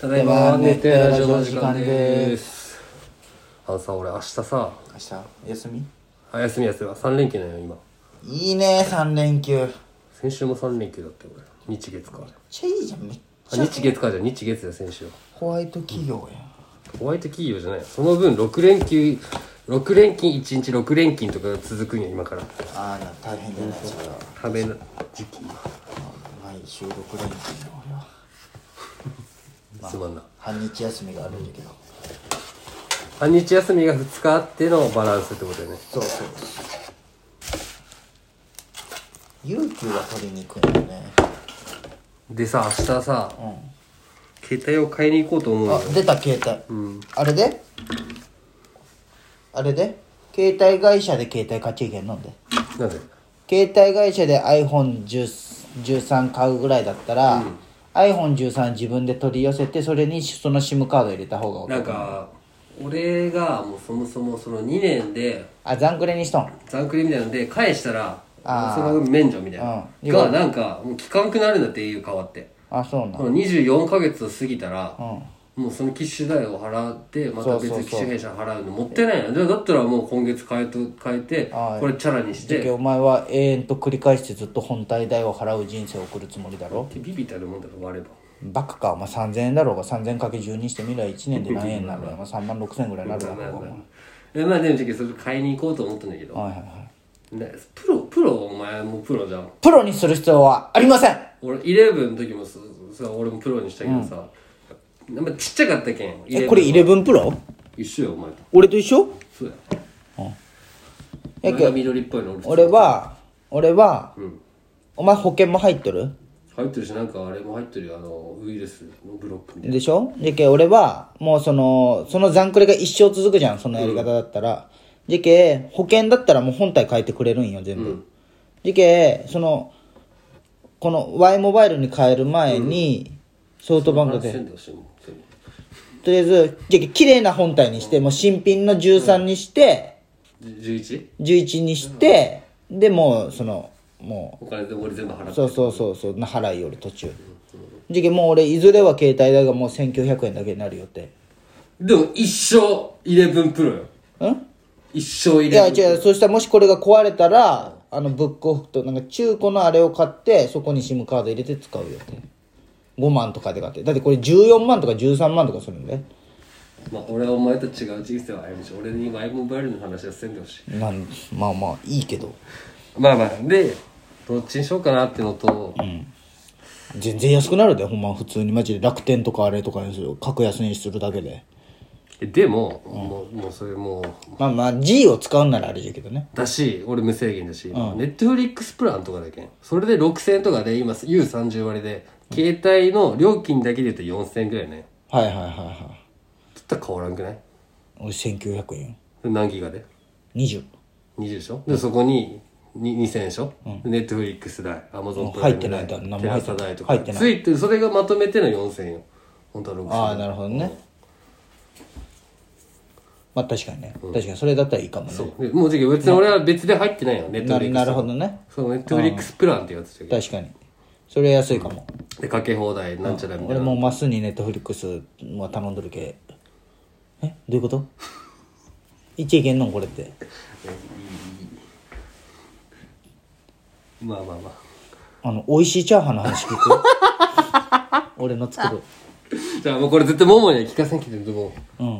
ただいま寝てラジオの時間ですあのさ俺明日さ明日休みあ休み休み3連休なのよ今いいね3連休先週も3連休だったよ俺日月かちゃいいじゃんめっあ日月かじゃん日月だよ先週はホワイト企業や、ホワイト企業じゃないよその分6連休6連勤1日6連勤とかが続くんよ今からああな大変じゃないそれはための時期毎週6連休の俺はつまんな半日休みがあるんだけど、半日休みが2日あってのバランスってことよねそうそう有給は取りに行くんだよねでさ明日さう携帯を買いに行こうと思うんあよ出た携帯、あれであれで携帯会社で携帯買っちゃいけんのんでなんで携帯会社で iPhone13 買うぐらいだったら、iPhone13 自分で取り寄せてそれにその SIM カード入れた方がおなん得か俺がもうそもそもその2年であ残クレにしとん残繰りみたいなので返したらあーその分免除みたいな、うんがなんかもう効かんくなるんだって au 変わってあそうなこの24ヶ月を過ぎたら、んもうその機種代を払ってまたそうそう別機そう種弊社払うのもったいないなじゃあだったらもう今月変えと変えてあーこれチャラにしじゃけてお前は永遠と繰り返してずっと本体代を払う人生を送るつもりだろビビたるもんだろ割ればバカかお前3000円だろうが 3000×12 にしてみりゃ1年で何円になるやろ3万6000円ぐらいになるだろうがお前はえまあでも正直それ買いに行こうと思ったんだけど、いはいはいねプロプロお前もプロじゃんプロにする必要はありません俺11の時もささ俺もプロにしたけどさ、なんかちっちゃかったけんえこれ11プロ一緒よお前と俺と一緒そうやや俺が緑っぽいの俺俺は俺は、んお前保険も入っとる入ってるしなんかあれも入ってるよあのウイルスのブロックにでしょじゃけ俺はもうそのその残クレが一生続くじゃんそのやり方だったら、じゃけ保険だったらもう本体変えてくれるんよ全部、じゃけそのこの Y モバイルに変える前に、ソフトバンクで宣伝しても全部とりあえずじゃけ綺麗な本体にしてもう新品の13にして、じ 11? 11にして、でもうそのもうお金で俺全部払ってそうそうそうそうな払いよる途中じゃけもう俺いずれは携帯代がもう1900円だけになる予定でも一生11プロようん一生11いや違うそしたらもしこれが壊れたらあのブックオフとなんか中古のあれを買ってそこに SIM カード入れて使う予定5万とかで買ってだってこれ14万とか13万とかするんだよまあ俺はお前と違う人生は歩むし俺にマイモバイルの話はせんでほしいなんまあまあいいけどまあまあでどっちにしようかなってのと、全然安くなるでほんま普通にマジで楽天とかあれとかにする格安にするだけでえでも、もうもうそれもうまあまあ G を使うならあれじゃけどねだし俺無制限だし、ネットフリックスプランとかだけんそれで6000円とかで今 U30 割で携帯の料金だけで言うと4000円ぐらいねはいはいはいはいちょっと変わらんくない俺1900円よ何ギガで20 20でしょでそこにに2000円でしょ、ネットフリックス代アマゾンプライム代入ってないんだテラサ代とか入ってないついてそれがまとめての4000円よ本当は6000円ああなるほどねまあ確かにね、確かにそれだったらいいかもねそうでもうじゃ別に俺は別で入ってないよネットなフリックスなるほどねそうネットフリックスプランってやつだけど確かにそれ安いかも、でかけ放題なんちゃらみたい俺なもうまっすぐにネットフリックスは頼んどるけえどういうこといちいけんのこれってまあまあまああの美味しいチャーハンの 話聞く俺の作るじゃあもうこれ絶対ももには聞かせんけども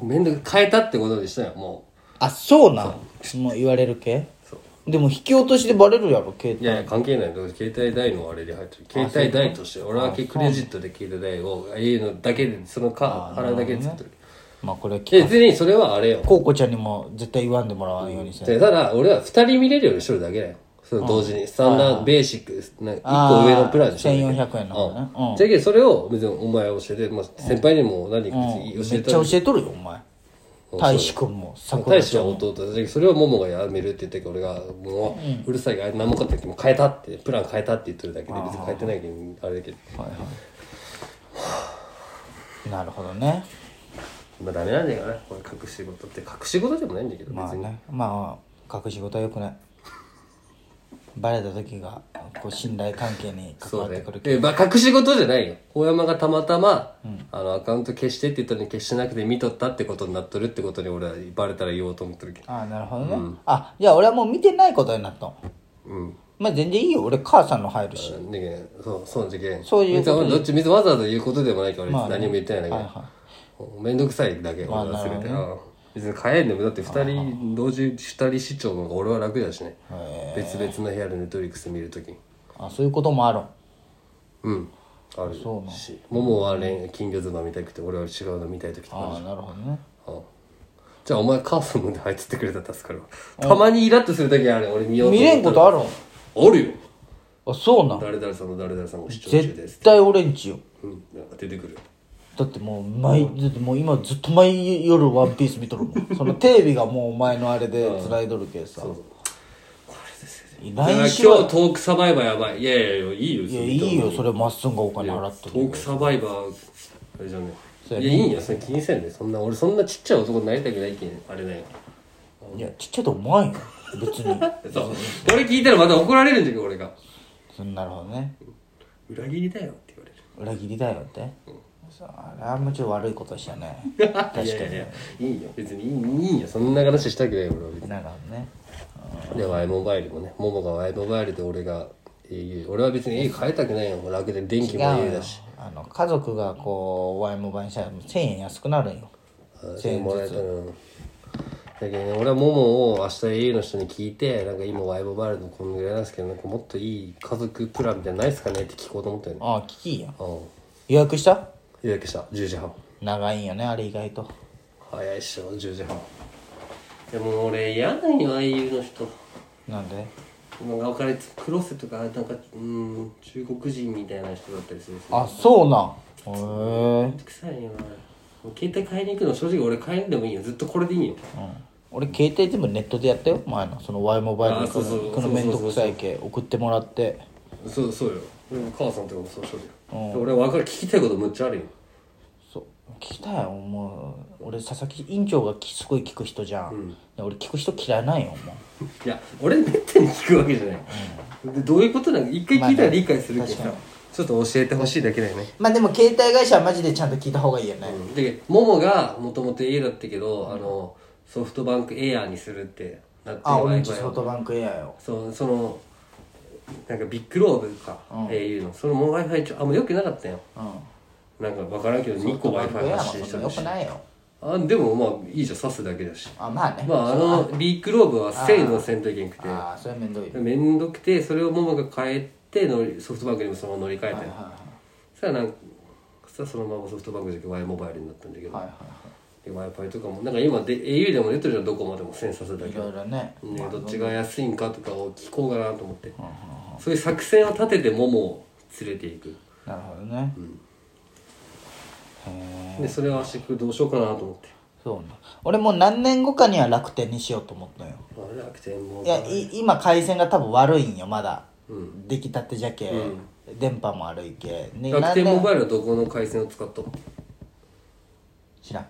う、面倒く変えたってことでしたよもあそうなんもう言われるけでも引き落としでバレるやろ携うい帯やいや関係ないだから携帯代のあれで入ってる携帯代として俺はクレジットで携帯代をあいうのだけでそのカード払うだけで作ってるまあこれで別にそれはあれよこうこちゃんにも絶対言わんでもらわんようにせんでただ俺は2人見れるようにしとるだけだよその同時に、スタンダード、ベーシック、なんか1あー個上のプランでしょ。 1400円なのねう。うんんじゃけどそれを別にお前は教えて、まあ、先輩にも何か別にめっ教えちてゃ教えとるよお前大志くんも桜大ち使ゃはんも弟だしそれはももがやめるって言ったけど俺が「もううるさいから何もかって言っても変えた」ってプラン変えたって言ってるだけで別に変えてないけどあれだけどなるほどねまあダメなんだよなこれ隠し事って隠し事でもないんだけどまあ別にねまあ隠し事はよくないバレた時がこう信頼関係に関そわっうてねくる。けどえ、まあ、隠し事じゃないよ。大山がたまたま、あの、アカウント消してって言ったのに消してなくて見とったってことになっとるってことに俺はバレたら言おうと思ってるけど。ああなるほどね、あじゃあ俺はもう見てないことになったのうん。まあ全然いいよ俺母さんの入るしだけんそう、そうじゃけん。そういうこ別とにどっち、別にわざわざ言うことでもないから、まあね何も言ってないんだはいけはど。めんどくさいだけ、俺は全て。まうん別に帰んでも、だって二人、同時、二人視聴の方が俺は楽だしね。別々の部屋でネットフリックス見るときに。あそういうこともあるんうん。あるそうなんし。ももは恋金魚妻見たくて、俺は違うの見たいときとかあるしああなるほどねあじゃあお前カーソンで入ってってくれたら助かるわたまにイラッとする時ある俺見よう見れんことあるんあるよあそうなん誰々さんの誰々さんが視聴中で絶す対俺んちようん出てくるだってもう毎、だってもう今ずっと毎夜ワンピース見とるもん そのテレビがもうお前のあれで繋いどるけさだから今 LINE 日しトろよークサバイバーやばいいやいやいやいいよいやいいよそれまっすんがお金払っトとるークサバイバーあれじゃねいそうややいねいんやそれ気にせんでそんな俺そんなちっちゃい男になりたくないけんあれだよいやちっちゃいとこうまいよ別にそう俺聞いたらまた怒られるんじゃけど俺がそんなるほどね裏切りだよって言われる裏切りだよって、そうあれはもちろん悪いことしたね確かにいやいやいやいいよ別にいいいいんやそんな話したくないよ俺は別になるほどねで Y モバイルもねモモが Y モバイルで俺が au 俺は別に家変えたくないよ楽で電気も違 au うよだしあの家族がこうワイモバにしたら1000円安くなるんよあでももらえたのだけどね俺はモモを明日 au の人に聞いてなんか今 Y モバイルのこんぐらいなんですけどなんかもっといい家族プランみたいなのないですかねって聞こうと思ったよねああ聞きやう予約したん予約した10時半長いんよねあれ意外と早いっしょ10時半でも俺嫌なんよ au の人なんでなんか分かれクロスとかなんかうん中国人みたいな人だったりするしあそうなんへえ、臭いよなもう携帯買いに行くの正直俺買えんでもいいよずっとこれでいいようん、俺携帯全部ネットでやったよ前のそのワイモバイルあのそうそうこの面倒くさい系送ってもらってそうそうよ俺も母さんとかもそうしとるよ俺分かる聞きたいことむっちゃあるよそう聞きたいよもう俺佐々木院長がきすごい聞く人じゃん、で俺聞く人嫌いないよもいや俺めったに聞くわけじゃない、でどういうことなの一回聞いたら理解するけどさ、まあねちょっと教えてほしいだけだよねうまあでも携帯会社はマジでちゃんと聞いた方がいいよね、でももがもともと A だったけど、あのソフトバンクエアーにするってなってあ俺ん Wi-Fi ちをソフトバンクエアよそうそのなんかビッグローブか、au のそのもう Wi-Fi ちょあんまよくなかったようんなんか分からんけど2個 w i f i 発信してよるしくないよあでもまあいいじゃん刺すだけだしあまあね、まああのビッグローブは1000のせんといけんくてああそれは面倒いよめんどくてそれをママが変えて乗りソフトバンクにもそのまま乗り換えてはそしたらなんかそしたらそのままソフトバンクじゃなくて Y モバイルになったんだけいど、はいは w i f i とかもなんか今で au でも出てるじゃんどこまでも1000刺すだいいけ、ねろいろね、どっちが安いんかとかを聞こうかなと思って、そういう作戦を立ててモモを連れていくなるほどね、へえでそれは足どうしようかなと思ってそうね俺もう何年後かには楽天にしようと思ったよあれ楽天もいやい今回線が多分悪いんよまだ、出来たてじゃけ、電波も悪いけ、ね楽天モ何年バイルはどこの回線を使ったの知らん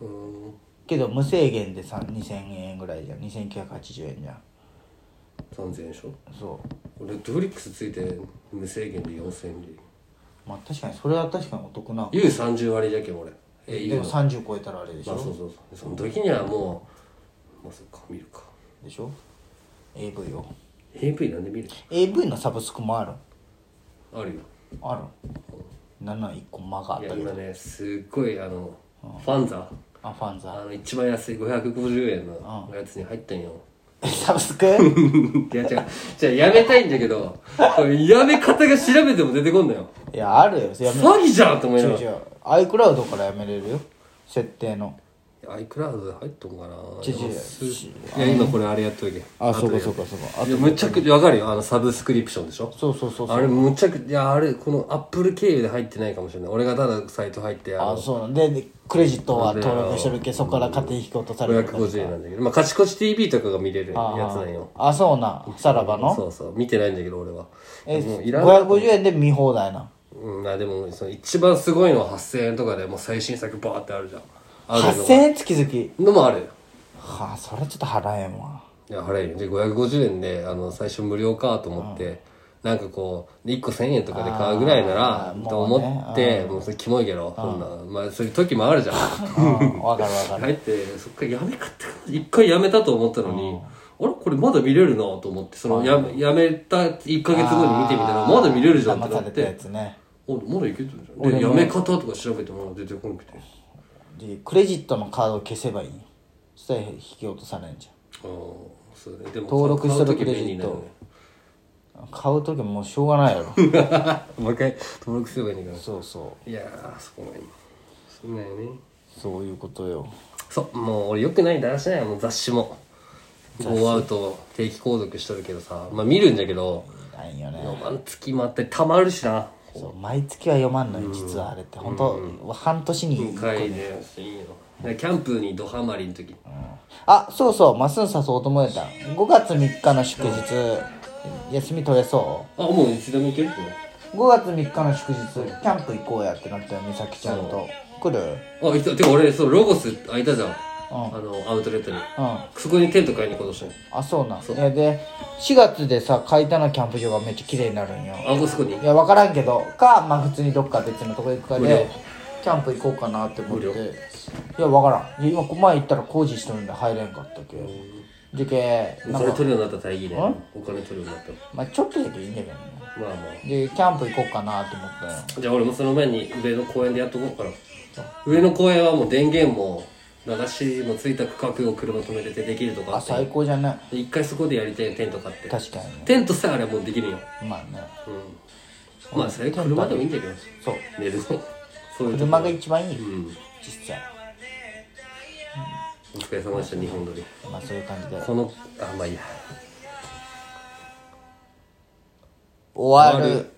うーんけど無制限でさ2000円ぐらいじゃん2980円じゃん3000円でしょそう俺ドフリックスついて無制限で4000円でまあ確かにそれは確かにお得な U30 割じゃけん俺えで U もの30超えたらあれでしょ、まあそうそうそうその時にはもうまあそっか見るかでしょ AV を AV なんで見る AV のサブスクもあるあるよある71個間があっいたやけ今どねすっごいあのファンザあファンザあの一番安い550円のやつに入ったんよサブ スクいや違うじゃあやめたいんだけどこれやめ方が調べても出てこんのよいやあるよやめ詐欺じゃんと思いなが違う違う iCloud からやめれるよ設定のら iCloud で入っとんかな違う違でうもすいや今これあれやっとるけんあそうかそうかそうかあいやむちゃくちゃわかるよあのサブスクリプションでしょそうそうそうそうあれむちゃくちゃいやあれこのアップル経由で入ってないかもしれない俺がただサイト入ってああのそうなんででクレジットは登録してるけどそこから勝手に引き落とされるから550円なんだけどまあカチコチ TV とかが見れるやつなんよあそうなんさらばのそうそう見てないんだけど俺はえもういらんな550円で見放題なうんあでもその一番すごいのは8000円とかでもう最新作バーってあるじゃんあるの8000円月々のもあるよ はあそれちょっと払えんわいや払えるよで550円であの最初無料かと思って、なんかこう1個1000円とかで買うぐらいなあらーともうね思ってもうそれキモいけどそんなまあそういう時もあるじゃんうんわかるわかる入ってそっからやめかって一回やめたと思ったのに、あれこれまだ見れるなと思ってそのややめた1か月後に見てみたらまだ見れるじゃんってなっ騙されたやてつねおまだいけてるじゃんでやめ方とか調べてもら出てこなくてでクレジットのカードを消せばいいよそしたら引き落とされんじゃああそうねでも登録した買う時時便利なのクレん買う時もうしょうがないやろねもう一回登録すればいいんだかそうそらいやーそこが今そんなんよねうそういうことよそうもう俺よくないだらしないよもう雑誌もゴーアウト定期購読しとるけどさまあ見るんじゃけどないよねロマン付きもあってたまるしなそう毎月は読まんのよ実はあれって本当半年に一深いねいいよでキャンプにドハマりの時あそうそうまっすん誘おうと思ってた5月3日の祝日休み取れそあもういつでも行けるってう5月3日の祝日キャンプ行こうやってなったよ美咲ちゃんと来るあいたてか俺そうロゴス開いたじゃん、あんのアウトレットにうんそこにテント買いに行こうとしたのあそうなんいやで4月でさ海田のキャンプ場がめっちゃ綺麗になるんよあそこにいや分からんけどかまあ普通にどっか別のとこ行くか無料でキャンプ行こうかなって思ってい無料や分からんいや今こ前行ったら工事してるんで入れんかったけじゃけおなん金か、取るようになったら大義ねお金取るようになったらまあ、ちょっとだけいいんだけどねまあまあでキャンプ行こうかなって思ったよじゃあ俺もその前に上の公園でやっとこうかな上の公園はもう電源も流しもついた区画を車止めれてできるとかああって最高じゃねで一回そこでやりたいテント買って確かにねテントさえあればもうできるよ、まあねうん、まあそれ車でもいいんだけどそう寝るのそういうとこ車が一番いい、うん実際お疲れ様でした日本撮りまあそういう感じでこのあまあいいや終わ終るわる